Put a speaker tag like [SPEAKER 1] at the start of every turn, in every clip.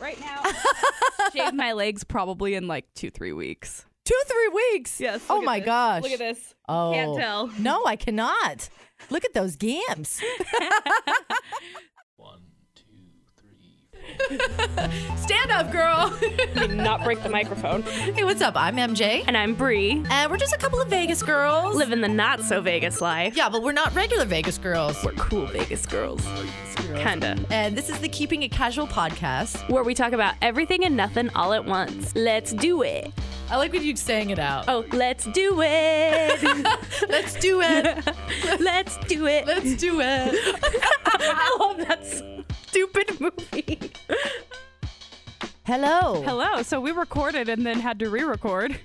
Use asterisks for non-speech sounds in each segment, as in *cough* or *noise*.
[SPEAKER 1] right now.
[SPEAKER 2] *laughs* Shave my legs probably in like two, three weeks.
[SPEAKER 3] Two, three weeks.
[SPEAKER 2] Yes.
[SPEAKER 3] Oh
[SPEAKER 2] look at
[SPEAKER 3] my
[SPEAKER 2] this.
[SPEAKER 3] gosh.
[SPEAKER 2] Look at this.
[SPEAKER 3] Oh.
[SPEAKER 2] Can't tell.
[SPEAKER 3] No, I cannot. Look at those *laughs* gams. *laughs*
[SPEAKER 2] Stand up, girl.
[SPEAKER 1] Did not break the microphone.
[SPEAKER 3] Hey, what's up? I'm MJ.
[SPEAKER 4] And I'm Bree,
[SPEAKER 3] And we're just a couple of Vegas girls.
[SPEAKER 4] living the not so Vegas life.
[SPEAKER 3] Yeah, but we're not regular Vegas girls.
[SPEAKER 4] We're cool Vegas girls. Kinda.
[SPEAKER 3] And this is the Keeping It Casual podcast.
[SPEAKER 4] Where we talk about everything and nothing all at once. Let's do it.
[SPEAKER 3] I like when you sang it out.
[SPEAKER 4] Oh, let's do it.
[SPEAKER 3] *laughs* Let's do it.
[SPEAKER 4] let's do it.
[SPEAKER 3] Let's
[SPEAKER 2] *laughs*
[SPEAKER 3] do it.
[SPEAKER 4] *laughs* I love that stupid movie.
[SPEAKER 3] Hello.
[SPEAKER 2] Hello. So we recorded and then had
[SPEAKER 4] *laughs*
[SPEAKER 2] to re-record.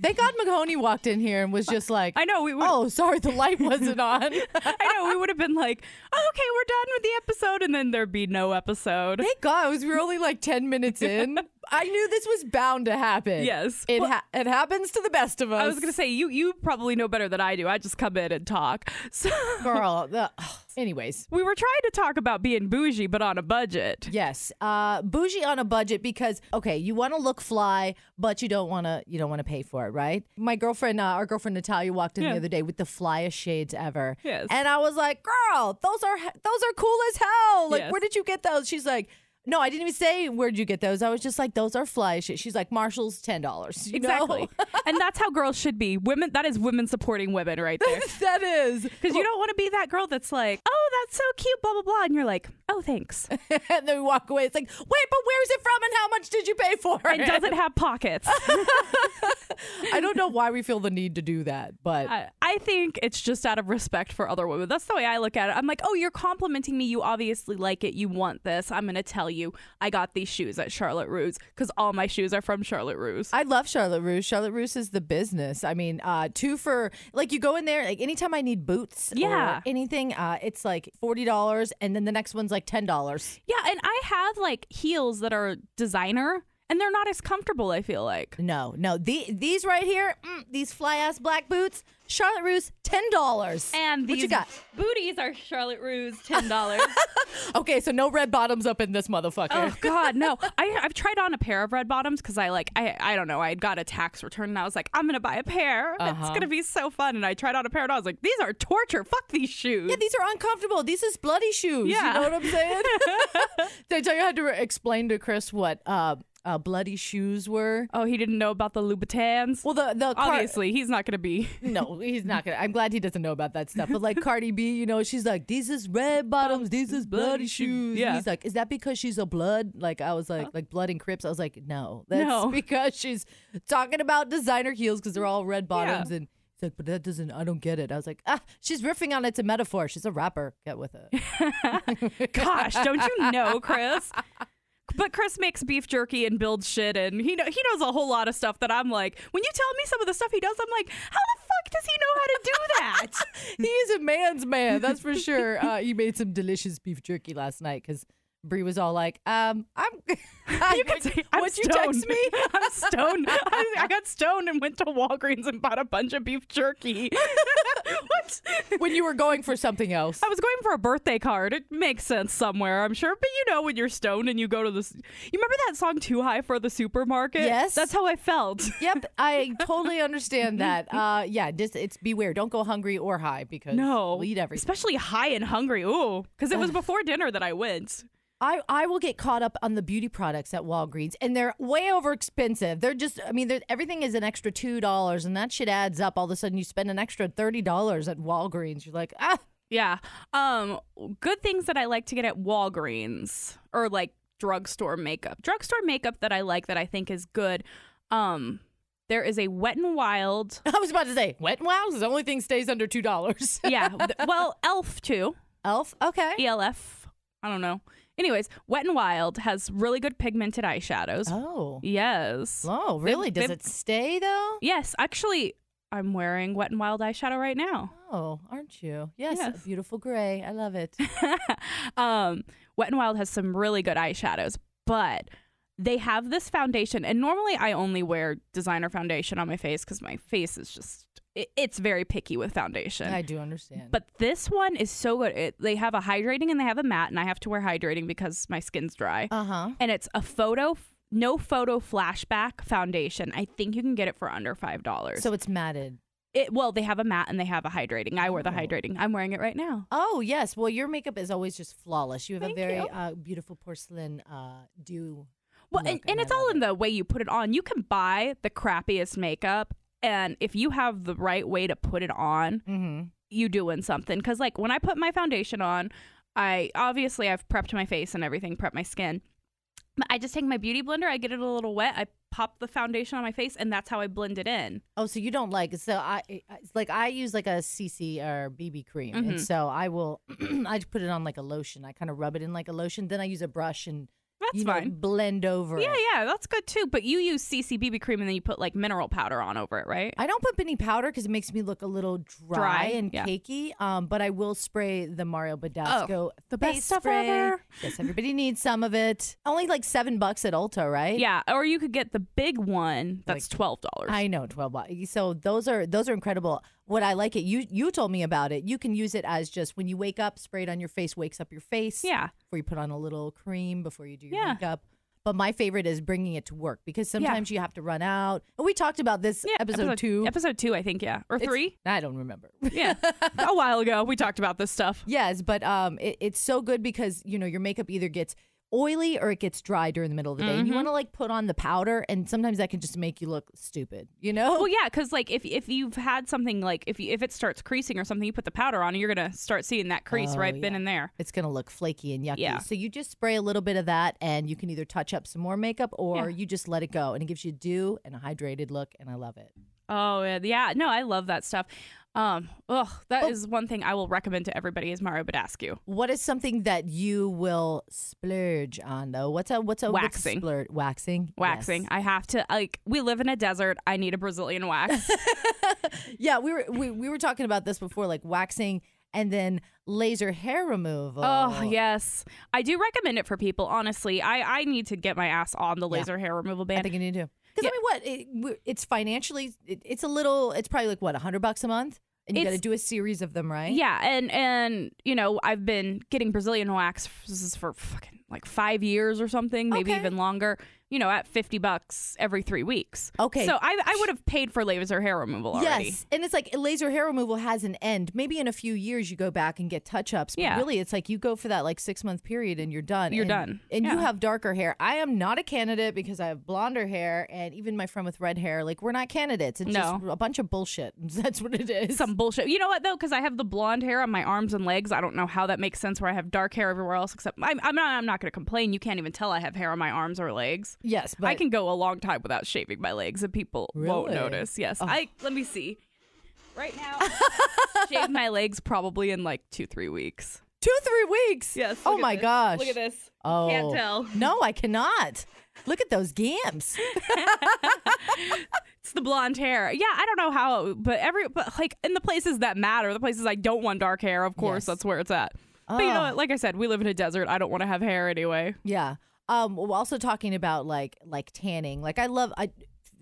[SPEAKER 3] Thank God McHoney walked in here and was just like,
[SPEAKER 2] I know we would.
[SPEAKER 3] Oh, sorry, the light wasn't
[SPEAKER 2] *laughs*
[SPEAKER 3] on.
[SPEAKER 2] I know we would have been like, oh, okay, we're done with the episode, and then there'd be no episode.
[SPEAKER 3] Thank God, it was, we were only like 10
[SPEAKER 2] *laughs*
[SPEAKER 3] minutes in. I knew this was bound to happen.
[SPEAKER 2] Yes.
[SPEAKER 3] It, ha- it happens to the best of us.
[SPEAKER 2] I was gonna say you you probably know better than I do. I just come in and talk. *laughs* So *laughs*
[SPEAKER 3] Girl, the, anyways.
[SPEAKER 2] we were trying to talk about being bougie but on a budget.
[SPEAKER 3] Yes, uh, bougie on a budget because okay, you want to look fly, but you don't want to you don't want to pay for it, right? My girlfriend, uh, our girlfriend Natalia, walked in
[SPEAKER 2] Yeah.
[SPEAKER 3] the other day with the flyest shades ever,
[SPEAKER 2] Yes.
[SPEAKER 3] and I was like, "Girl, those are those are cool as hell! Like,
[SPEAKER 2] Yes.
[SPEAKER 3] where did you get those?" She's like. No, I didn't even say where'd you get those. I was just like, those are fly as shit. She's like, Marshall's ten dollars. *laughs*
[SPEAKER 2] Exactly. and that's how girls should be. Women that is women supporting women right there.
[SPEAKER 3] *laughs* that is.
[SPEAKER 2] Because you don't want to be that girl that's like, oh, that's so cute, blah, blah, blah. And you're like, oh, thanks.
[SPEAKER 3] *laughs* and then we walk away. It's like, wait, but where's it from and how much did you pay for
[SPEAKER 2] And
[SPEAKER 3] *laughs* it?
[SPEAKER 2] does it have pockets?
[SPEAKER 3] I don't know why we feel the need to do that, but
[SPEAKER 2] I, I think it's just out of respect for other women. That's the way I look at it. I'm like, oh, you're complimenting me. You obviously like it. You want this. I'm going to tell you, I got these shoes at Charlotte Russe because all my shoes are from Charlotte Russe.
[SPEAKER 3] I love Charlotte Russe. Charlotte Russe is the business. I mean, uh, two for like you go in there like anytime I need boots, or
[SPEAKER 2] Yeah.
[SPEAKER 3] anything. Uh, it's like forty dollars, and then the next one's like ten dollars.
[SPEAKER 2] yeah. And I have like heels that are designer and they're not as comfortable, I feel like.
[SPEAKER 3] No, no, the, these right here, mm, these fly ass black boots, Charlotte Russe, ten dollars.
[SPEAKER 2] And
[SPEAKER 3] what
[SPEAKER 2] these
[SPEAKER 3] you got?
[SPEAKER 1] Booties are Charlotte Rue's ten dollars.
[SPEAKER 3] Okay, so no red bottoms up in this motherfucker. *laughs*
[SPEAKER 2] Oh God, no! I, I've tried on a pair of red bottoms because I like I I don't know. I had got a tax return and I was like, I'm gonna buy a pair. It's
[SPEAKER 3] Uh-huh.
[SPEAKER 2] gonna be so fun. And I tried on a pair and I was like, these are torture. Fuck these shoes.
[SPEAKER 3] Yeah, these are uncomfortable. These is bloody shoes.
[SPEAKER 2] Yeah.
[SPEAKER 3] You know what
[SPEAKER 2] *laughs*
[SPEAKER 3] I'm saying? Did I tell you I had to re- explain to Chris what uh, uh, bloody shoes were?
[SPEAKER 2] oh, he didn't know about the Louboutins.
[SPEAKER 3] Well, the the car-
[SPEAKER 2] Obviously, he's not gonna
[SPEAKER 3] *laughs*
[SPEAKER 2] be.
[SPEAKER 3] No, he's not gonna. I'm glad he doesn't know about that stuff. But like Cardi B, you know, she's like, "These is red bottoms, these is bloody
[SPEAKER 2] bloody shoes."
[SPEAKER 3] shoes."
[SPEAKER 2] Yeah.
[SPEAKER 3] He's like, "Is that because she's a blood?" Like I was like, "Like blood and Crips." I was like, "No, that's
[SPEAKER 2] No.
[SPEAKER 3] *laughs* because she's talking about designer heels because they're all red bottoms."
[SPEAKER 2] Yeah.
[SPEAKER 3] And he's like, "But that doesn't. I don't get it." I was like, "Ah, she's riffing on it's a metaphor. She's a rapper. Get with it."
[SPEAKER 2] Gosh, don't you know,
[SPEAKER 3] *laughs*
[SPEAKER 2] Chris? But Chris makes beef jerky and builds shit, and he know, he knows a whole lot of stuff that I'm like. When you tell me some of the stuff he does, I'm like, how the fuck does he know how to do that?
[SPEAKER 3] *laughs* he is a man's man, that's for sure. Uh, he made some delicious beef jerky last night because Brie was all like, "Um, I'm." *laughs*
[SPEAKER 2] You can say, I'm
[SPEAKER 3] Would you
[SPEAKER 2] stoned.
[SPEAKER 3] text me?
[SPEAKER 2] *laughs* I'm stoned.
[SPEAKER 3] *laughs*
[SPEAKER 2] I, I got stoned and went to Walgreens and bought a bunch of beef jerky. what?
[SPEAKER 3] when you were going for
[SPEAKER 2] *laughs*
[SPEAKER 3] something else.
[SPEAKER 2] I was going for a birthday card. It makes sense somewhere, I'm sure. But you know, when you're stoned and you go to the, s- you remember that song "Too High for the Supermarket"?
[SPEAKER 3] Yes.
[SPEAKER 2] that's how I
[SPEAKER 3] *laughs*
[SPEAKER 2] felt.
[SPEAKER 3] Yep, I
[SPEAKER 2] *laughs*
[SPEAKER 3] totally understand that. Uh, yeah, just it's beware. Don't go hungry or high because
[SPEAKER 2] No,
[SPEAKER 3] we'll eat everything.
[SPEAKER 2] especially high and hungry. Ooh, because it was before dinner that I went.
[SPEAKER 3] I I will get caught up on the beauty products at Walgreens, and they're way over expensive. They're just, I mean, they're- everything is an extra two dollars, and that shit adds up. All of a sudden, you spend an extra thirty dollars at Walgreens. You're like, ah,
[SPEAKER 2] Yeah. Um, good things that I like to get at Walgreens or like drugstore makeup. Drugstore makeup that I like that I think is good. Um, there is a Wet n Wild.
[SPEAKER 3] *laughs* I was about to say Wet n Wild is the only thing stays under two dollars. *laughs*
[SPEAKER 2] Yeah. th- well, Elf too.
[SPEAKER 3] Elf, okay.
[SPEAKER 2] ELF. I don't know. Anyways, Wet n Wild has really good pigmented eyeshadows.
[SPEAKER 3] Oh,
[SPEAKER 2] Yes.
[SPEAKER 3] oh, really? Does
[SPEAKER 2] they-
[SPEAKER 3] it stay though?
[SPEAKER 2] Yes. Actually, I'm wearing Wet n Wild eyeshadow right now.
[SPEAKER 3] Oh, aren't you? Yes,
[SPEAKER 2] Yes.
[SPEAKER 3] beautiful gray. I
[SPEAKER 2] *laughs*
[SPEAKER 3] love it.
[SPEAKER 2] um, Wet n Wild has some really good eyeshadows, but they have this foundation. And normally I only wear designer foundation on my face because my face is just it- it's very picky with foundation.
[SPEAKER 3] I do understand.
[SPEAKER 2] But this one is so good. It, they have a hydrating and they have a matte, and I have to wear hydrating because my skin's dry.
[SPEAKER 3] uh huh.
[SPEAKER 2] And it's a photo, no photo flashback foundation. I think you can get it for under five dollars.
[SPEAKER 3] So it's matted.
[SPEAKER 2] it, well, they have a matte and they have a hydrating. I wear the hydrating. I'm wearing it right now.
[SPEAKER 3] Oh yes. Well, your makeup is always just flawless. You have
[SPEAKER 2] Thank
[SPEAKER 3] a very
[SPEAKER 2] you.
[SPEAKER 3] uh, beautiful porcelain uh, dew.
[SPEAKER 2] Well,
[SPEAKER 3] look,
[SPEAKER 2] and, and
[SPEAKER 3] I
[SPEAKER 2] it's all
[SPEAKER 3] love
[SPEAKER 2] in the way you put it on. You can buy the crappiest makeup, and if you have the right way to put it on,
[SPEAKER 3] it. Mhm.
[SPEAKER 2] you doing something because like when i put my foundation on i obviously i've prepped my face and everything prepped my skin But i just take my beauty blender i get it a little wet i pop the foundation on my face and that's how i blend it in
[SPEAKER 3] Oh, so you don't like so I I- it's like I use like a CC or BB cream,
[SPEAKER 2] Mm-hmm.
[SPEAKER 3] and so I will *clears throat* I just put it on like a lotion. I kind of rub it in like a lotion, then I use a brush and
[SPEAKER 2] that's
[SPEAKER 3] you know,
[SPEAKER 2] fine
[SPEAKER 3] blend over.
[SPEAKER 2] yeah
[SPEAKER 3] it.
[SPEAKER 2] yeah that's good too but you use cc bb cream and then you put like mineral powder on over it right
[SPEAKER 3] I don't put any powder because it makes me look a little dry,
[SPEAKER 2] Dry,
[SPEAKER 3] and
[SPEAKER 2] yeah.
[SPEAKER 3] cakey. Um, but I will spray the Mario Badescu.
[SPEAKER 2] the best
[SPEAKER 3] face
[SPEAKER 2] stuff
[SPEAKER 3] spray.
[SPEAKER 2] ever.
[SPEAKER 3] Yes, everybody needs some of it. Only like seven bucks at Ulta, right?
[SPEAKER 2] yeah or you could get the big one that's $12
[SPEAKER 3] I know twelve bucks. So those are those are incredible. What I like it, you you told me about it. You can use it as just when you wake up, spray it on your face, wakes up your face.
[SPEAKER 2] yeah
[SPEAKER 3] Before you put on a little cream, before you do your
[SPEAKER 2] Yeah.
[SPEAKER 3] makeup. But my favorite is bringing it to work because sometimes you have to run out. And we talked about this
[SPEAKER 2] yeah
[SPEAKER 3] episode, two.
[SPEAKER 2] episode two i think yeah or
[SPEAKER 3] It's- *laughs*
[SPEAKER 2] three
[SPEAKER 3] I don't remember.
[SPEAKER 2] yeah a while ago we talked about this stuff
[SPEAKER 3] Yes, but um, it, it's so good because you know your makeup either gets oily or it gets dry during the middle of the day, and you
[SPEAKER 2] Mm-hmm.
[SPEAKER 3] want to like put on the powder, and sometimes that can just make you look stupid. You know?
[SPEAKER 2] Well, yeah, because like if if you've had something like if you, if it starts creasing or something, you put the powder on, and you're gonna start seeing that crease
[SPEAKER 3] Oh,
[SPEAKER 2] right then
[SPEAKER 3] yeah.
[SPEAKER 2] and there.
[SPEAKER 3] It's gonna look flaky and yucky.
[SPEAKER 2] Yeah.
[SPEAKER 3] So you just spray a little bit of that, and you can either touch up some more makeup or
[SPEAKER 2] Yeah.
[SPEAKER 3] you just let it go, and it gives you a dew and a hydrated look, and I love it.
[SPEAKER 2] Oh yeah, yeah, no, I love that stuff. Um, ugh, that is
[SPEAKER 3] Oh.
[SPEAKER 2] one thing I will recommend to everybody is Mario Badescu.
[SPEAKER 3] What is something that you will splurge on though? What's a what's a what's a
[SPEAKER 2] Waxing.
[SPEAKER 3] splurge? Waxing.
[SPEAKER 2] Waxing.
[SPEAKER 3] Yes.
[SPEAKER 2] I have to like we live in a desert. I need a Brazilian
[SPEAKER 3] *laughs*
[SPEAKER 2] wax.
[SPEAKER 3] Yeah, we were we, we were talking about this before, like waxing and then laser hair removal.
[SPEAKER 2] oh yes, I do recommend it for people. Honestly, I I need to get my ass on the laser hair removal
[SPEAKER 3] I
[SPEAKER 2] band.
[SPEAKER 3] think you need to. Because
[SPEAKER 2] Yeah.
[SPEAKER 3] I mean, what it, we're- it's financially, it, it's a little. It's probably like what a hundred bucks a month, and you got to
[SPEAKER 2] It's-
[SPEAKER 3] do a series of them, right?
[SPEAKER 2] Yeah, and and you know I've been getting Brazilian wax f- this is for fucking like five years or something, maybe
[SPEAKER 3] Okay.
[SPEAKER 2] even longer. You know, at fifty bucks every three weeks.
[SPEAKER 3] Okay.
[SPEAKER 2] so I I would have paid for laser hair removal already.
[SPEAKER 3] Yes, and it's like laser hair removal has an end. Maybe in a few years you go back and get touch ups. But
[SPEAKER 2] Yeah.
[SPEAKER 3] really, it's like you go for that like six month period and you're done.
[SPEAKER 2] You're
[SPEAKER 3] And-
[SPEAKER 2] done.
[SPEAKER 3] And you
[SPEAKER 2] Yeah.
[SPEAKER 3] have darker hair. I am not a candidate because I have blonder hair, and even my friend with red hair. Like we're not candidates. It's just
[SPEAKER 2] No.
[SPEAKER 3] a bunch of bullshit. *laughs* That's what it is.
[SPEAKER 2] Some bullshit. You know what though? Because I have the blonde hair on my arms and legs. I don't know how that makes sense. Where I have dark hair everywhere else, except I'm, I'm not. I'm not going to complain. You can't even tell I have hair on my arms or legs.
[SPEAKER 3] yes, but
[SPEAKER 2] I can go a long time without shaving my legs, and people won't
[SPEAKER 3] Really?
[SPEAKER 2] notice. Yes, I let me see. Right now, *laughs* shave my legs probably in like two, three weeks.
[SPEAKER 3] two three weeks.
[SPEAKER 2] Yes.
[SPEAKER 3] Oh
[SPEAKER 2] look at
[SPEAKER 3] my
[SPEAKER 2] this.
[SPEAKER 3] gosh.
[SPEAKER 1] Look at this.
[SPEAKER 3] Oh.
[SPEAKER 1] Can't tell.
[SPEAKER 3] No, I cannot. Look at those gams.
[SPEAKER 2] It's the blonde hair. Yeah, I don't know how, but every but like in the places that matter, the places I don't want dark hair, of course,
[SPEAKER 3] Yes.
[SPEAKER 2] that's where it's at. But you know,
[SPEAKER 3] Oh.
[SPEAKER 2] what? like I said, we live in a desert. I don't want to have hair anyway.
[SPEAKER 3] Yeah. Um. We're also talking about like like tanning. Like I love I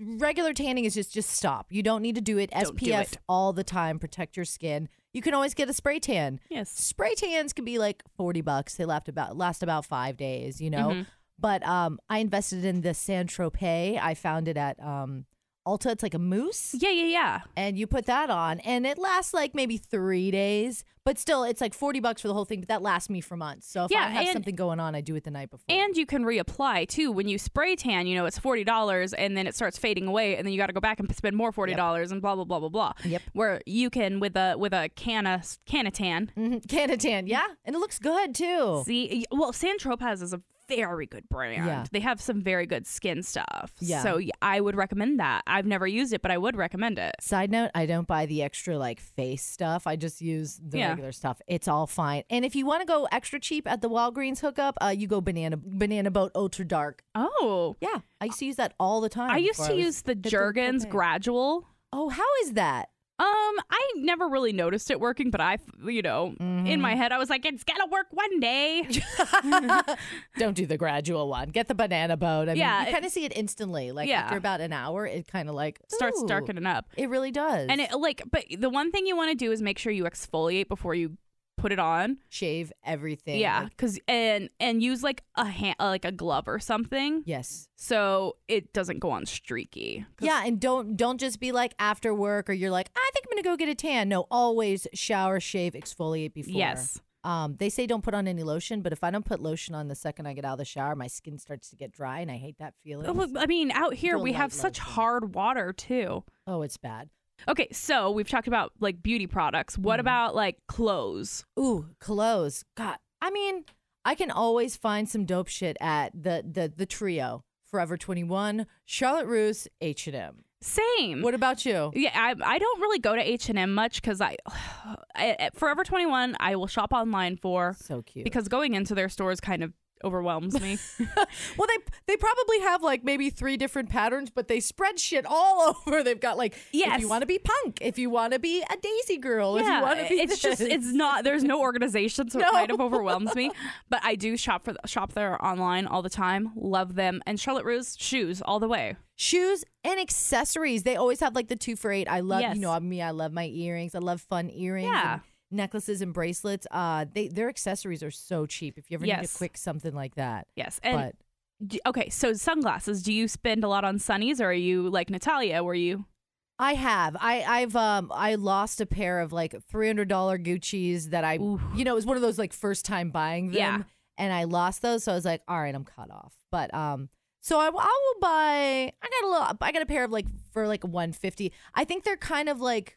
[SPEAKER 3] regular tanning is just just stop. You don't need to do it.
[SPEAKER 2] Don't
[SPEAKER 3] SPF
[SPEAKER 2] do it.
[SPEAKER 3] all the time. Protect your skin. You can always get a spray tan.
[SPEAKER 2] Yes.
[SPEAKER 3] Spray tans can be like forty bucks. They last about last about five days. You
[SPEAKER 2] Mm-hmm.
[SPEAKER 3] know. But um, I invested in the San Tropez. I found it at um Ulta. It's like a mousse.
[SPEAKER 2] Yeah, yeah, yeah.
[SPEAKER 3] and you put that on and it lasts like maybe three days but still it's like 40 bucks for the whole thing but that lasts me for months so if
[SPEAKER 2] Yeah,
[SPEAKER 3] i have
[SPEAKER 2] and-
[SPEAKER 3] something going on i do it the night before
[SPEAKER 2] And you can reapply too. When you spray tan, you know, it's $40 and then it starts fading away and then you got to go back and spend more $40 and blah blah blah blah blah.
[SPEAKER 3] Yep.
[SPEAKER 2] Where you can with a with a can of can of tan.
[SPEAKER 3] *laughs* Mhm. Canatan, yeah, and it looks good too.
[SPEAKER 2] See, well, San Tropez is a very good brand.
[SPEAKER 3] Yeah.
[SPEAKER 2] They have some very good skin stuff.
[SPEAKER 3] Yeah.
[SPEAKER 2] So y- I would recommend that. I've never used it, but I would recommend it.
[SPEAKER 3] Side note, I don't buy the extra like face stuff. I just use the
[SPEAKER 2] Yeah.
[SPEAKER 3] regular stuff. It's all fine. And if you want to go extra cheap at the Walgreens hookup, uh, you go banana banana boat ultra dark.
[SPEAKER 2] Oh.
[SPEAKER 3] Yeah, I used to use that all the time.
[SPEAKER 2] I used
[SPEAKER 3] *laughs* before
[SPEAKER 2] to
[SPEAKER 3] was-
[SPEAKER 2] use the
[SPEAKER 3] the
[SPEAKER 2] Jergens
[SPEAKER 3] Tropez.
[SPEAKER 2] Gradual.
[SPEAKER 3] Oh, how is that?
[SPEAKER 2] Um, I never really noticed it working, but I, you know, in
[SPEAKER 3] Mm-hmm.
[SPEAKER 2] my head, I was like, it's gonna work one
[SPEAKER 3] *laughs*
[SPEAKER 2] day.
[SPEAKER 3] Don't do the gradual one. Get the banana boat. I
[SPEAKER 2] Yeah,
[SPEAKER 3] mean,
[SPEAKER 2] it-
[SPEAKER 3] you kind of see it instantly. Like
[SPEAKER 2] Yeah.
[SPEAKER 3] after about an hour, it kind of like
[SPEAKER 2] Starts
[SPEAKER 3] ooh.
[SPEAKER 2] darkening up.
[SPEAKER 3] It really does.
[SPEAKER 2] And it, like, but the one thing you want to do is make sure you exfoliate before you put it on.
[SPEAKER 3] shave everything.
[SPEAKER 2] Yeah,
[SPEAKER 3] Like,
[SPEAKER 2] because and and use like a hand, uh, like a glove or something,
[SPEAKER 3] yes.
[SPEAKER 2] so it doesn't go on streaky. 'Cause-
[SPEAKER 3] Yeah, and don't don't just be like after work or you're like, I think I'm gonna go get a tan. No, always shower, shave, exfoliate before.
[SPEAKER 2] Yes.
[SPEAKER 3] Um, they say don't put on any lotion, but if I don't put lotion on the second I get out of the shower, my skin starts to get dry and I hate that feeling.
[SPEAKER 2] Well, I mean, out here
[SPEAKER 3] Do a
[SPEAKER 2] we have
[SPEAKER 3] light
[SPEAKER 2] such
[SPEAKER 3] lotion.
[SPEAKER 2] hard water too.
[SPEAKER 3] Oh, it's bad.
[SPEAKER 2] Okay, so we've talked about like beauty products.
[SPEAKER 3] Mm-hmm.
[SPEAKER 2] What about like clothes?
[SPEAKER 3] Ooh, clothes. God, I mean, I can always find some dope shit at the the the trio. Forever 21, Charlotte Russe, H&M.
[SPEAKER 2] Same.
[SPEAKER 3] What about you?
[SPEAKER 2] Mm. Yeah, I, I don't really go to H and M much because I, *sighs* I at Forever Twenty One I will shop online for
[SPEAKER 3] So cute.
[SPEAKER 2] because going into their stores kind of overwhelms me.
[SPEAKER 3] Well, they they probably have like maybe three different patterns, but they spread shit all *laughs* over. They've got like,
[SPEAKER 2] Yes.
[SPEAKER 3] if you want to be punk, if you want to be a Daisy girl, if you want to be,
[SPEAKER 2] it's just
[SPEAKER 3] this.
[SPEAKER 2] it's not there's no organization, so it
[SPEAKER 3] *laughs* No.
[SPEAKER 2] kind of overwhelms
[SPEAKER 3] *laughs*
[SPEAKER 2] me. But I do shop for shop there online all the time. Love them and Charlotte Russe shoes all the way.
[SPEAKER 3] shoes and accessories. They always have like the two for eight. I love
[SPEAKER 2] Yes.
[SPEAKER 3] you know me. I love my earrings. I love fun earrings.
[SPEAKER 2] Yeah.
[SPEAKER 3] and necklaces and bracelets. Uh, they their accessories are so cheap. If you ever need
[SPEAKER 2] Yes.
[SPEAKER 3] a quick something like that,
[SPEAKER 2] Yes, and
[SPEAKER 3] but
[SPEAKER 2] d okay, so sunglasses. Do you spend a lot on sunnies, or are you like Natalia? Were you?
[SPEAKER 3] I have. I I've um I lost a pair of like three hundred dollar Gucci's that I
[SPEAKER 2] Oof.
[SPEAKER 3] you know it was one of those like first time buying them.
[SPEAKER 2] Yeah.
[SPEAKER 3] And I lost those, so I was like, all right, I'm cut off. But um, so I, I will buy. I got a little. I got a pair of like for like one fifty. I think they're kind of like.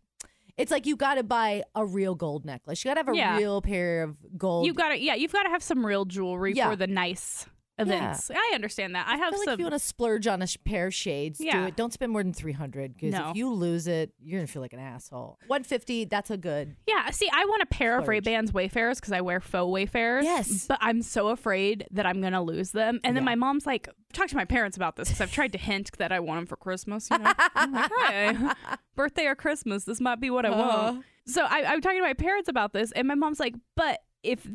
[SPEAKER 3] It's like you got to buy a real gold necklace. You got to have a
[SPEAKER 2] Yeah.
[SPEAKER 3] real pair of gold.
[SPEAKER 2] You got to yeah, you've got to have some real jewelry
[SPEAKER 3] Yeah.
[SPEAKER 2] for the nice events. I understand that. I
[SPEAKER 3] I
[SPEAKER 2] have
[SPEAKER 3] feel like if
[SPEAKER 2] some.
[SPEAKER 3] you want to splurge on a sh- pair of shades, do
[SPEAKER 2] Yeah.
[SPEAKER 3] it. Don't spend more than three hundred because
[SPEAKER 2] No.
[SPEAKER 3] if you lose it, you're gonna feel like an asshole. One fifty. That's a good.
[SPEAKER 2] yeah, see, I want a pair of
[SPEAKER 3] Splurge.
[SPEAKER 2] Ray Bans Wayfarers because I wear faux Wayfarers.
[SPEAKER 3] Yes.
[SPEAKER 2] but I'm so afraid that I'm gonna lose them. And then my mom's like, "Talk to my parents about this because I've tried to hint that I want them for Christmas." You know, I'm
[SPEAKER 3] *laughs*
[SPEAKER 2] like, "Hey, *laughs* birthday or Christmas, this might be what I want. So I, I'm talking to my parents about this, and my mom's like, "But if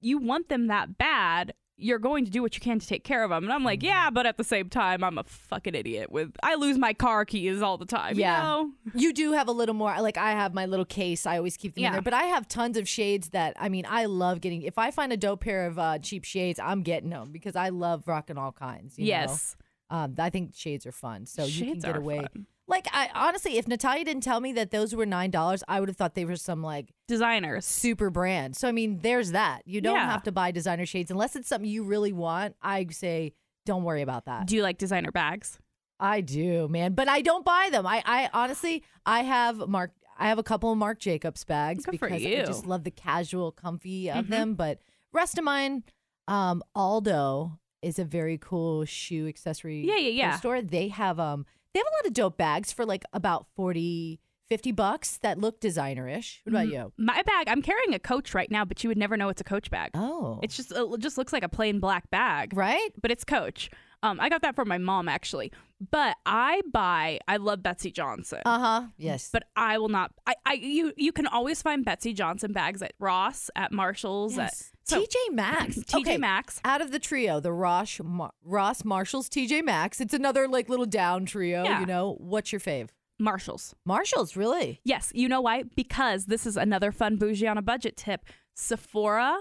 [SPEAKER 2] you want them that bad." You're going to do what you can to take care of them, and I'm
[SPEAKER 3] Mm-hmm.
[SPEAKER 2] like, yeah, but at the same time, I'm a fucking idiot. With I lose my car keys all the time. you
[SPEAKER 3] Yeah.
[SPEAKER 2] know?
[SPEAKER 3] You do have a little more. Like I have my little case. I always keep them
[SPEAKER 2] Yeah.
[SPEAKER 3] in there. But I have tons of shades that I mean, I love getting. If I find a dope pair of uh, cheap shades, I'm getting them because I love rocking all kinds. You
[SPEAKER 2] yes,
[SPEAKER 3] know? um, I think shades are fun. So you can
[SPEAKER 2] Shades
[SPEAKER 3] get
[SPEAKER 2] are
[SPEAKER 3] away.
[SPEAKER 2] fun.
[SPEAKER 3] Like I honestly, if Natalia didn't tell me that those were nine dollars, I would have thought they were some like
[SPEAKER 2] designers.
[SPEAKER 3] super brand. So I mean, there's that. You don't
[SPEAKER 2] Yeah.
[SPEAKER 3] have to buy designer shades unless it's something you really want. I say. Don't worry about that.
[SPEAKER 2] Do you like designer bags?
[SPEAKER 3] I do, man, but I don't buy them. I, I honestly, I have Mark. I have a couple of Marc Jacobs bags
[SPEAKER 2] Good for
[SPEAKER 3] because I
[SPEAKER 2] you. Mm-hmm.
[SPEAKER 3] just love the casual, comfy of them. But rest of mine, um, Aldo is a very cool shoe accessory.
[SPEAKER 2] Yeah, yeah, yeah.
[SPEAKER 3] Store. They have um, they have a lot of dope bags for like about 40, 50 bucks that look designer-ish. What about
[SPEAKER 2] Mm-hmm.
[SPEAKER 3] you?
[SPEAKER 2] My bag. I'm carrying a Coach right now, but you would never know it's a Coach bag.
[SPEAKER 3] Oh,
[SPEAKER 2] It's just it just looks like a plain black bag,
[SPEAKER 3] right.
[SPEAKER 2] but it's Coach. Um, I got that from my mom actually. But I buy. I love Betsy Johnson.
[SPEAKER 3] Uh huh. Yes.
[SPEAKER 2] but I will not. I, I, you, you can always find Betsy Johnson bags at Ross, at Marshalls,
[SPEAKER 3] Yes.
[SPEAKER 2] at so,
[SPEAKER 3] TJ
[SPEAKER 2] *clears throat*
[SPEAKER 3] Maxx.
[SPEAKER 2] TJ
[SPEAKER 3] Okay,
[SPEAKER 2] Maxx.
[SPEAKER 3] Out of the trio, the Ross, Mar- Ross Marshalls, TJ Maxx. It's another like little down trio,
[SPEAKER 2] Yeah.
[SPEAKER 3] you know. What's your fave?
[SPEAKER 2] Marshalls.
[SPEAKER 3] Marshalls, really?
[SPEAKER 2] Yes, you know why? Because this is another fun bougie on a budget tip. Sephora,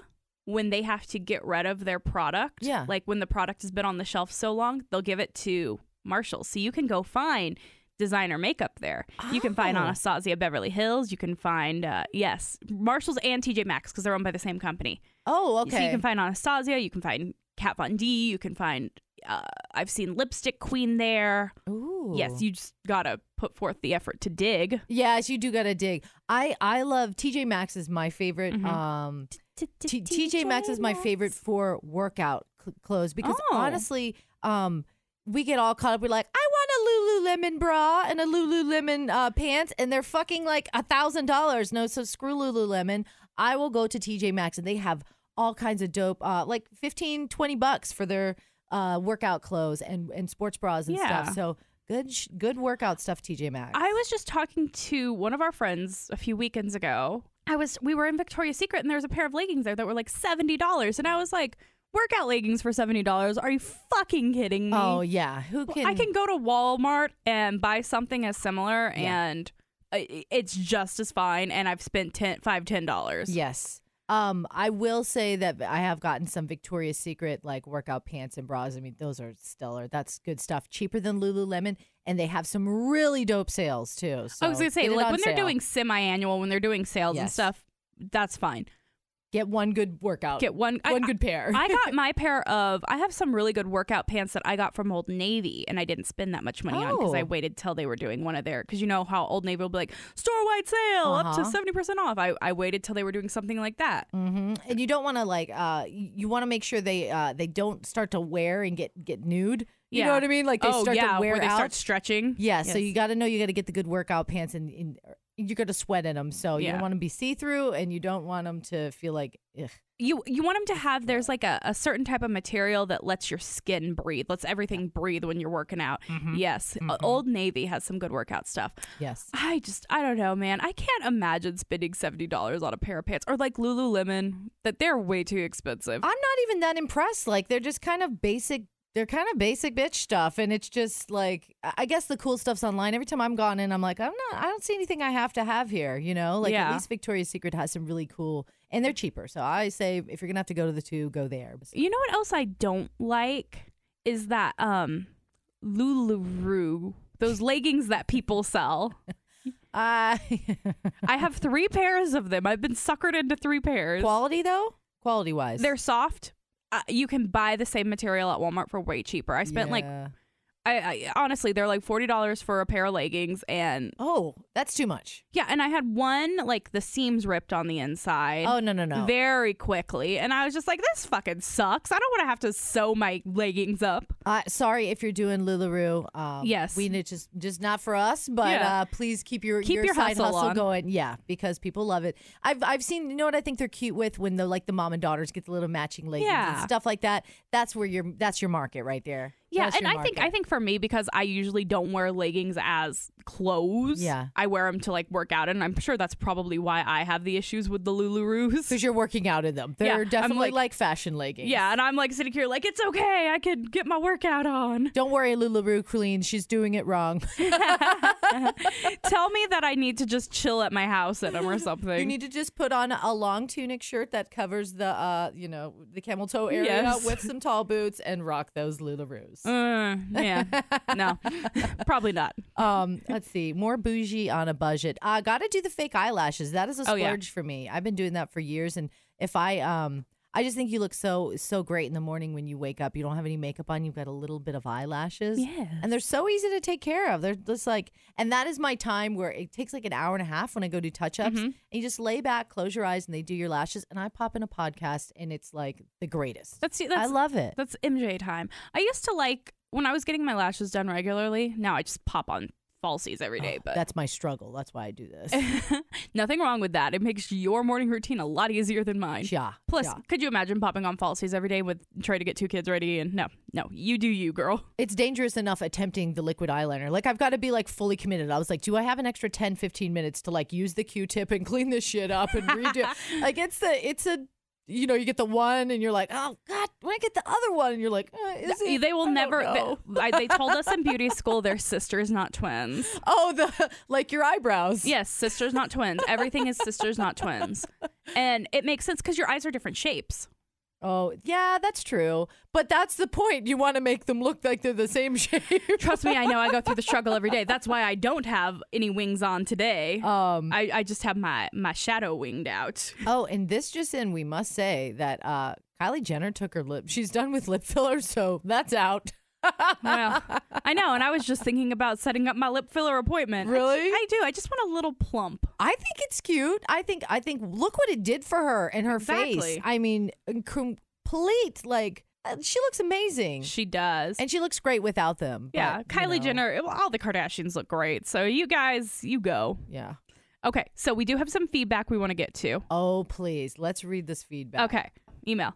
[SPEAKER 2] when they have to get rid of their product,
[SPEAKER 3] Yeah.
[SPEAKER 2] like when the product has been on the shelf so long, they'll give it to Marshalls. So you can go find designer makeup there. You can find
[SPEAKER 3] Oh.
[SPEAKER 2] Anastasia Beverly Hills. You can find, uh, yes, Marshalls and TJ Maxx because they're owned by the same company.
[SPEAKER 3] Oh,
[SPEAKER 2] So you
[SPEAKER 3] okay.
[SPEAKER 2] can find Anastasia, you can find Kat Von D, you can find, uh, I've seen Lipstick Queen there.
[SPEAKER 3] Ooh.
[SPEAKER 2] Yes, you just gotta put forth the effort to dig.
[SPEAKER 3] Yes, you do gotta dig. I I love TJ Maxx is my favorite.
[SPEAKER 2] Mm-hmm.
[SPEAKER 3] Um, T- TJ Maxx is my favorite for workout cl- clothes because
[SPEAKER 2] Oh.
[SPEAKER 3] honestly, um, we get all caught up. We're like, I want a Lululemon bra and a Lululemon uh, pants, and they're fucking like a thousand dollars. No, so screw Lululemon. I will go to TJ Maxx, and they have all kinds of dope, uh, like 15, 20 bucks for their uh, workout clothes and and sports bras and
[SPEAKER 2] Yeah.
[SPEAKER 3] stuff. So Good, sh- good workout stuff, TJ Maxx.
[SPEAKER 2] I was just talking to one of our friends a few weekends ago. I was we were in Victoria's Secret and there was a pair of leggings there that were like seventy dollars, and I was like, workout leggings for seventy dollars? Are you fucking kidding me?
[SPEAKER 3] oh yeah, who can?
[SPEAKER 2] I can go to Walmart and buy something as similar,
[SPEAKER 3] Yeah.
[SPEAKER 2] and uh, i- it's just as fine. And I've spent ten, five, ten dollars.
[SPEAKER 3] Yes. Um, I will say that I have gotten some Victoria's Secret like workout pants and bras. I mean, those are stellar. That's good stuff. Cheaper than Lululemon, and they have some really dope sales too. So
[SPEAKER 2] I was gonna say,
[SPEAKER 3] get it
[SPEAKER 2] like
[SPEAKER 3] on
[SPEAKER 2] when they're
[SPEAKER 3] sale.
[SPEAKER 2] doing semi-annual, when they're doing sales and
[SPEAKER 3] Yes.
[SPEAKER 2] stuff, that's fine.
[SPEAKER 3] get one good workout,
[SPEAKER 2] Get one, I-
[SPEAKER 3] one good pair.
[SPEAKER 2] I
[SPEAKER 3] *laughs*
[SPEAKER 2] got my pair of. I have some really good workout pants that I got from Old Navy, and I didn't spend that much money on because I
[SPEAKER 3] Oh.
[SPEAKER 2] waited till they were doing one of their. Because you know how Old Navy will be like store wide sale up to
[SPEAKER 3] Uh-huh.
[SPEAKER 2] seventy percent off. I, I waited till they were doing something like that.
[SPEAKER 3] hmm And you don't want to like, uh, y- you want to make sure they uh, they don't start to wear and get get nude. You know
[SPEAKER 2] Yeah.
[SPEAKER 3] what I mean? Like they
[SPEAKER 2] oh
[SPEAKER 3] start
[SPEAKER 2] yeah,
[SPEAKER 3] to wear
[SPEAKER 2] where they
[SPEAKER 3] out.
[SPEAKER 2] start stretching.
[SPEAKER 3] yeah. So
[SPEAKER 2] Yes.
[SPEAKER 3] you got to know you got to get the good workout pants and. and er, you got to sweat in them, so you don't
[SPEAKER 2] Yeah.
[SPEAKER 3] want them to be see through, and you don't want them to feel like, ugh.
[SPEAKER 2] you you want them to have there's like a, a certain type of material that lets your skin breathe lets everything breathe when you're working out
[SPEAKER 3] Mm-hmm.
[SPEAKER 2] yes uh, old navy has some good workout stuff
[SPEAKER 3] Yes.
[SPEAKER 2] i just i don't know man i can't imagine spending $70 on a pair of pants or like lululemon that they're way too expensive
[SPEAKER 3] I'm not even that impressed. Like they're just kind of basic. They're kind of basic bitch stuff, and it's just like I I guess the cool stuff's online. Every time I'm gone in, I'm like, I'm not. I don't see anything I have to have here. You know, like at
[SPEAKER 2] Yeah.
[SPEAKER 3] least Victoria's Secret has some really cool, and they're cheaper. So I say if you're gonna have to go to the two, go there. *laughs*
[SPEAKER 2] you know what else i don't like is that um lululemon those leggings that people sell
[SPEAKER 3] Uh, *laughs*
[SPEAKER 2] i have three pairs of them i've been suckered into three pairs
[SPEAKER 3] quality though, quality wise,
[SPEAKER 2] They're soft. Uh, you can buy the same material at Walmart for way cheaper. I spent like I, I honestly they're like forty dollars for a pair of leggings and
[SPEAKER 3] oh, that's too much.
[SPEAKER 2] yeah, and I had one like the seams ripped on the inside.
[SPEAKER 3] Oh no no no.
[SPEAKER 2] Very quickly, and I was just like, "This fucking sucks. I don't want to have to sew my leggings up."
[SPEAKER 3] Uh, sorry if you're doing Lularoe. Um,
[SPEAKER 2] Yes.
[SPEAKER 3] we need just just not for us, but
[SPEAKER 2] Yeah.
[SPEAKER 3] uh, please keep your
[SPEAKER 2] Keep your
[SPEAKER 3] side
[SPEAKER 2] hustle
[SPEAKER 3] hustle,
[SPEAKER 2] on.
[SPEAKER 3] going. Yeah, because people love it. I've I've seen. You know what I think they're cute with when the like the mom and daughters get the little matching leggings and
[SPEAKER 2] Yeah.
[SPEAKER 3] stuff like that. That's where your that's your market right there.
[SPEAKER 2] Yeah,
[SPEAKER 3] That's
[SPEAKER 2] and
[SPEAKER 3] your
[SPEAKER 2] I think I
[SPEAKER 3] market.
[SPEAKER 2] think for me because I usually don't wear leggings as clothes.
[SPEAKER 3] Yeah.
[SPEAKER 2] I wear them to like work out, and I'm sure that's probably why I have the issues with the Lululemons.
[SPEAKER 3] because you're working out in them.
[SPEAKER 2] Yeah,
[SPEAKER 3] They're
[SPEAKER 2] I'm
[SPEAKER 3] definitely like,
[SPEAKER 2] like-
[SPEAKER 3] fashion
[SPEAKER 2] *laughs*
[SPEAKER 3] leggings.
[SPEAKER 2] Yeah, and I'm like sitting here like it's okay, I could get my workout
[SPEAKER 3] *laughs*
[SPEAKER 2] on.
[SPEAKER 3] Don't worry, Lularoe Colleen. She's doing it wrong.
[SPEAKER 2] Tell me that I need to just chill at my house at them or something.
[SPEAKER 3] *laughs* You need to just put on a long tunic shirt that covers the uh, you know, the camel toe area
[SPEAKER 2] Yes.
[SPEAKER 3] with some tall boots and rock those Lularoes.
[SPEAKER 2] Uh,
[SPEAKER 3] *laughs*
[SPEAKER 2] yeah, no, probably not.
[SPEAKER 3] Um, let's see. More bougie on a budget. I got to do the fake eyelashes. That is a
[SPEAKER 2] Oh, yeah.
[SPEAKER 3] splurge for me. I've been doing that for years, and if I um. I just think you look so so great in the morning when you wake up. You don't have any makeup on. You've got a little bit of eyelashes, and they're so easy to take care of. They're just like, and that is my time where it takes like an hour and a half when I go do touch
[SPEAKER 2] Mm-hmm.
[SPEAKER 3] ups, and you just lay back, close your eyes, and they do your lashes. And I pop in a podcast, and it's like the greatest.
[SPEAKER 2] That's that's
[SPEAKER 3] I love it.
[SPEAKER 2] that's MJ time. I used to like when I was getting my lashes done regularly. Now I just pop on falsies
[SPEAKER 3] Oh,
[SPEAKER 2] every day, but
[SPEAKER 3] That's my struggle. That's why I do this.
[SPEAKER 2] *laughs* nothing wrong with that. It makes your morning routine a lot easier than mine.
[SPEAKER 3] yeah.
[SPEAKER 2] Plus,
[SPEAKER 3] yeah.
[SPEAKER 2] could you imagine popping on falsies every day with trying to get two kids ready? And no, no, you do you, girl.
[SPEAKER 3] it's dangerous enough attempting the liquid eyeliner. Like I've got to be like fully committed. I was like, do I have an extra 10, 15 minutes to like use the Q-tip and clean this shit up and redo?
[SPEAKER 2] *laughs*
[SPEAKER 3] like it's the it's a you know you get the one and you're like, oh god, when I get the other one and you're like, uh, *laughs* is it?
[SPEAKER 2] They will
[SPEAKER 3] I don't
[SPEAKER 2] never. They,
[SPEAKER 3] know."
[SPEAKER 2] I, they told us in
[SPEAKER 3] *laughs*
[SPEAKER 2] beauty school they're sisters, not twins.
[SPEAKER 3] oh, the like your eyebrows.
[SPEAKER 2] Yes, sisters, not twins. Everything is sisters, not twins. And it makes sense because your eyes are different shapes.
[SPEAKER 3] Oh, yeah, that's true. But that's the point. You want to make them look like they're the same *laughs* shape.
[SPEAKER 2] Trust me, I know I go through the struggle every day. That's why I don't have any wings on today.
[SPEAKER 3] um
[SPEAKER 2] I, I just have my, my shadow winged out.
[SPEAKER 3] Oh, and this just in, we must say that uh Kylie Jenner took her lip. She's done with lip filler, so that's out.
[SPEAKER 2] Well, I know. And I was just thinking about setting up my lip filler appointment. I ju-
[SPEAKER 3] Really?
[SPEAKER 2] I, do. I just want a little plump.
[SPEAKER 3] I think it's cute. I think I think look what it did for her and her face.
[SPEAKER 2] Exactly.
[SPEAKER 3] I mean, complete like uh, she looks amazing.
[SPEAKER 2] She does.
[SPEAKER 3] and she looks great without them. but,
[SPEAKER 2] yeah,
[SPEAKER 3] you
[SPEAKER 2] Kylie
[SPEAKER 3] know,
[SPEAKER 2] Jenner, well, all the Kardashians look great. So you guys, you go.
[SPEAKER 3] Yeah.
[SPEAKER 2] Okay, so we do have some feedback we want to get to.
[SPEAKER 3] Oh, please. Let's read this feedback.
[SPEAKER 2] Okay, email.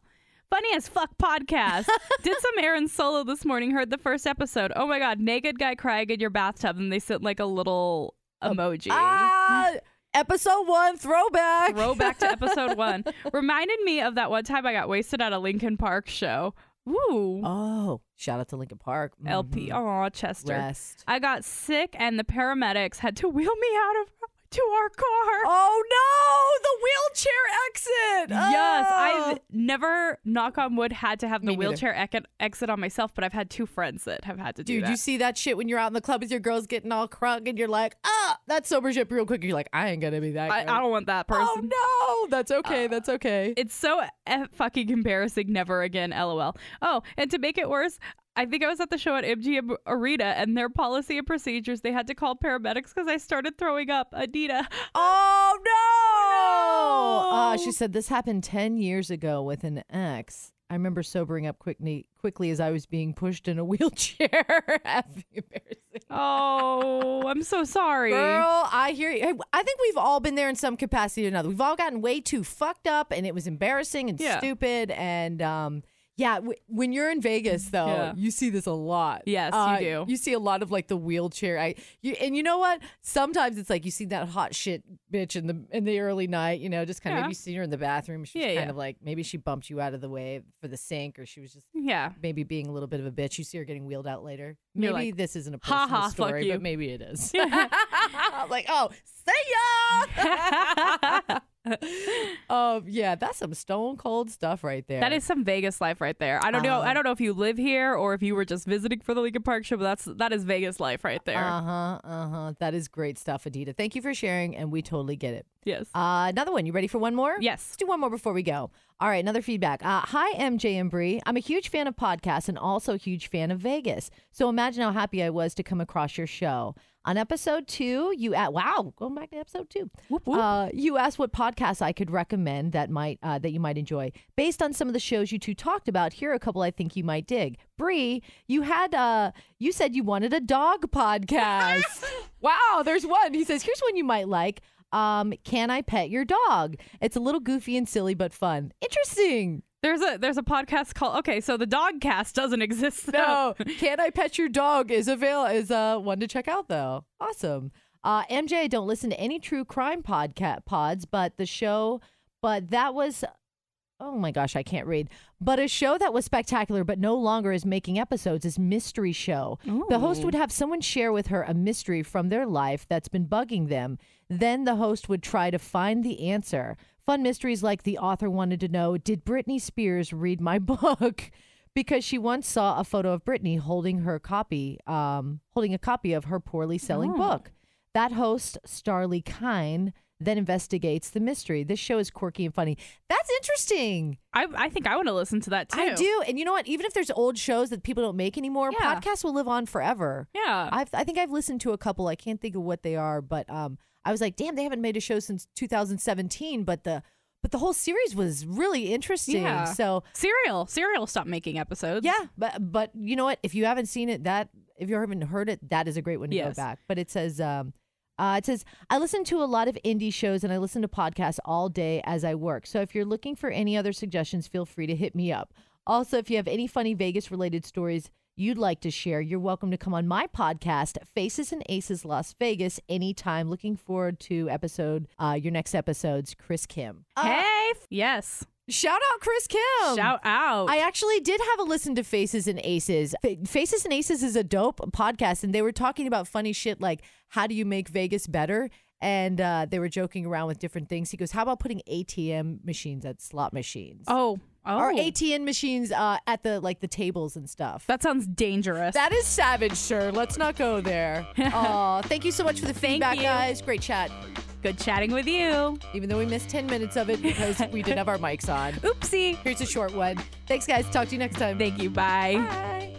[SPEAKER 2] Funny as fuck
[SPEAKER 3] *laughs*
[SPEAKER 2] podcast. Did some Aaron solo this morning. Heard the first episode. Oh my god, naked guy crying in your bathtub, and they sent like a little emoji.
[SPEAKER 3] Ah, episode one throwback.
[SPEAKER 2] Throwback to episode one. *laughs* Reminded me of that one time I got wasted at a Lincoln Park show. Ooh,
[SPEAKER 3] oh, shout out to Lincoln Park.
[SPEAKER 2] LP.
[SPEAKER 3] Mhm.
[SPEAKER 2] Aw, Chester.
[SPEAKER 3] Rest.
[SPEAKER 2] I got sick, and the paramedics had to wheel me out of to our car.
[SPEAKER 3] Oh no, the wheelchair exit.
[SPEAKER 2] Yes,
[SPEAKER 3] Oh.
[SPEAKER 2] I've never, knock on wood, had to have the
[SPEAKER 3] Me neither.
[SPEAKER 2] wheelchair ec- exit on myself, but I've had two friends that have had to do
[SPEAKER 3] Dude,
[SPEAKER 2] that.
[SPEAKER 3] you see that shit when you're out in the club with your girls getting all crunk and you're like, ah, that sober ship real quick. You're like, I ain't gonna be that.
[SPEAKER 2] I, I
[SPEAKER 3] crunk."
[SPEAKER 2] don't want that person.
[SPEAKER 3] Oh no, that's okay. that's okay.
[SPEAKER 2] It's so f- fucking embarrassing. Never again, lol. Oh, and to make it worse, I think I was at the show at MGM Arena, and their policy and procedures, they had to call paramedics because I started throwing up. Anita.
[SPEAKER 3] oh no. Uh,
[SPEAKER 2] No.
[SPEAKER 3] she said this happened ten years ago with an ex. I remember sobering up quickly, quickly as I was being pushed in a *laughs* wheelchair. *laughs* Effing embarrassing.
[SPEAKER 2] Oh, I'm so sorry.
[SPEAKER 3] Girl, I hear you. Hey, I think we've all been there in some capacity or another. We've all gotten way too fucked up, and it was embarrassing and
[SPEAKER 2] Yeah.
[SPEAKER 3] stupid. And um, yeah, w- when you're in Vegas, though,
[SPEAKER 2] Yeah.
[SPEAKER 3] you see this a lot.
[SPEAKER 2] Yes, you
[SPEAKER 3] Uh,
[SPEAKER 2] do.
[SPEAKER 3] You see a lot of like the wheelchair. I you and you know what? Sometimes it's like you see that hot shit bitch in the in the early night. You know, just kind of
[SPEAKER 2] Yeah.
[SPEAKER 3] maybe you see her in the bathroom. She's
[SPEAKER 2] Yeah,
[SPEAKER 3] kind
[SPEAKER 2] yeah.
[SPEAKER 3] of like maybe she bumped you out of the way for the sink, or she was just
[SPEAKER 2] Yeah.
[SPEAKER 3] *laughs* maybe being a little bit of a bitch. You see her getting wheeled out later.
[SPEAKER 2] You're
[SPEAKER 3] Maybe
[SPEAKER 2] like,
[SPEAKER 3] this isn't a
[SPEAKER 2] "Ha
[SPEAKER 3] personal
[SPEAKER 2] ha, fuck
[SPEAKER 3] story,
[SPEAKER 2] you."
[SPEAKER 3] but maybe it is.
[SPEAKER 2] *laughs*
[SPEAKER 3] *laughs* I'm like, oh, see
[SPEAKER 2] *laughs*
[SPEAKER 3] ya. um, yeah, that's some stone cold stuff right there.
[SPEAKER 2] That is some Vegas life right there. I don't know. I
[SPEAKER 3] Um,
[SPEAKER 2] don't know if you live here or if you were just visiting for the Lincoln Park show, but that's that is Vegas life right there.
[SPEAKER 3] Uh huh. Uh huh. That is great stuff, Adita. Thank you for sharing, and we totally get it.
[SPEAKER 2] yes.
[SPEAKER 3] Uh, another one. You ready for one more?
[SPEAKER 2] Yes.
[SPEAKER 3] Let's do one more before we go. All right, another feedback. Uh, hi, MJ and Bree. I'm a huge fan of podcasts and also a huge fan of Vegas. So imagine how happy I was to come across your show. On episode two, you at wow, going back to episode two, Uh, you asked what podcasts I could recommend that might uh, that you might enjoy. Based on some of the shows you two talked about, here are a couple I think you might dig. Bree, you had uh, you said you wanted a dog podcast. *laughs* wow, there's one. He says here's one you might like um, Can I Pet Your Dog? It's a little goofy and silly, but fun. Interesting.
[SPEAKER 2] There's a there's a podcast called Okay, so the dog cast doesn't exist though.
[SPEAKER 3] *laughs* No, Can I Pet Your Dog is avail is uh, one to check out though. Awesome. Uh, MJ, I don't listen to any true crime podcast pods, but the show, but that was. Oh my gosh, I can't read. But a show that was spectacular but no longer is making episodes is Mystery Show. The host would have someone share with her a mystery from their life that's been bugging them. Then the host would try to find the answer. Fun mysteries like the author wanted to know Did Britney Spears read my *laughs* book? Because she once saw a photo of Britney holding her copy, um, holding a copy of her poorly selling book. That host, Starly Kine, then investigates the mystery. This show is quirky and funny. That's interesting.
[SPEAKER 2] I I think I want to listen to that too.
[SPEAKER 3] I do. And you know what? Even if there's old shows that people don't make anymore,
[SPEAKER 2] Yeah. Uh.
[SPEAKER 3] podcasts will live on forever.
[SPEAKER 2] Yeah.
[SPEAKER 3] I've, I think I've listened to a couple. I can't think of what they are, but um, I was like, damn, they haven't made a show since 2017. But the but the whole series was really interesting.
[SPEAKER 2] Yeah.
[SPEAKER 3] So
[SPEAKER 2] Serial. Serial stopped making episodes.
[SPEAKER 3] yeah, but but you know what? If you haven't seen it, that if you haven't heard it, that is a great one to
[SPEAKER 2] Yes.
[SPEAKER 3] go back. But it says. Um, uh, it says, I listen to a lot of indie shows and I listen to podcasts all day as I work. So if you're looking for any other suggestions, feel free to hit me up. Also, if you have any funny Vegas related stories you'd like to share, you're welcome to come on my podcast, Faces and Aces Las Vegas, anytime. Looking forward to episode, uh, your next episode's Chris Kim. Uh,
[SPEAKER 2] Hey. f- yes.
[SPEAKER 3] shout out Chris Kim.
[SPEAKER 2] Shout out.
[SPEAKER 3] I actually did have a listen to Faces and Aces. Fa- Faces and Aces is a dope podcast, and they were talking about funny shit like how do you make Vegas better? And uh, they were joking around with different things. He goes, "How about putting ATM machines at slot machines,
[SPEAKER 2] oh. Oh.
[SPEAKER 3] or ATM machines uh, at the like the tables and stuff?"
[SPEAKER 2] that sounds dangerous.
[SPEAKER 3] that is savage, sir. Let's not
[SPEAKER 2] *laughs*
[SPEAKER 3] go there. Aw, thank you so much for the feedback,
[SPEAKER 2] you.
[SPEAKER 3] guys. Great chat.
[SPEAKER 2] Good chatting with you.
[SPEAKER 3] Even though we missed ten minutes of it because we didn't have our mics on.
[SPEAKER 2] Oopsie.
[SPEAKER 3] Here's a short one. Thanks, guys. Talk to you next time.
[SPEAKER 2] Thank you. Bye.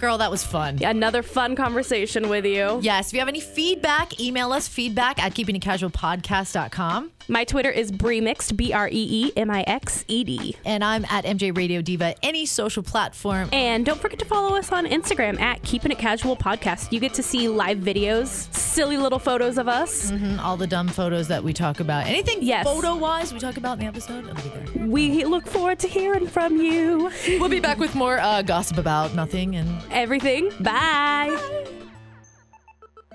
[SPEAKER 3] Girl, that was fun.
[SPEAKER 4] Another fun conversation with you.
[SPEAKER 3] Yes. If you have any feedback, email us feedback at keepingitcasualpodcast.com.
[SPEAKER 2] My Twitter is Bremixed, B R E E M I X E D.
[SPEAKER 3] And I'm at MJ Radio Diva, any social platform.
[SPEAKER 2] And don't forget to follow us on Instagram at Keeping It Casual Podcast. You get to see live videos, silly little photos of us.
[SPEAKER 3] And Mm, all the dumb photos that we talk about. Anything
[SPEAKER 2] Yes.
[SPEAKER 3] photo wise we talk about in the episode, it'll be there.
[SPEAKER 2] We look forward to hearing from you.
[SPEAKER 3] *laughs* We'll be back with more uh, gossip about nothing and.
[SPEAKER 2] Everything. Bye.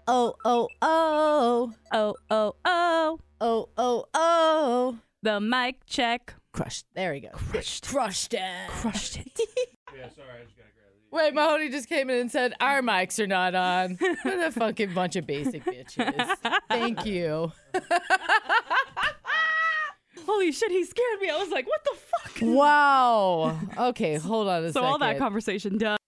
[SPEAKER 3] Oh, oh, oh.
[SPEAKER 2] Oh, oh, oh.
[SPEAKER 3] Oh, oh, oh.
[SPEAKER 2] The mic check.
[SPEAKER 3] Crushed. There we go. Crushed. Crushed it.
[SPEAKER 2] Crushed it.
[SPEAKER 3] Wait, Mahoney just came in and said, Our mics are not on. What a fucking bunch of basic bitches. Thank
[SPEAKER 5] *laughs*
[SPEAKER 3] you.
[SPEAKER 5] *laughs* Holy shit, he scared me. I was like, what the fuck?
[SPEAKER 3] Wow. Okay, hold on a
[SPEAKER 5] So
[SPEAKER 3] second.
[SPEAKER 5] all that conversation done.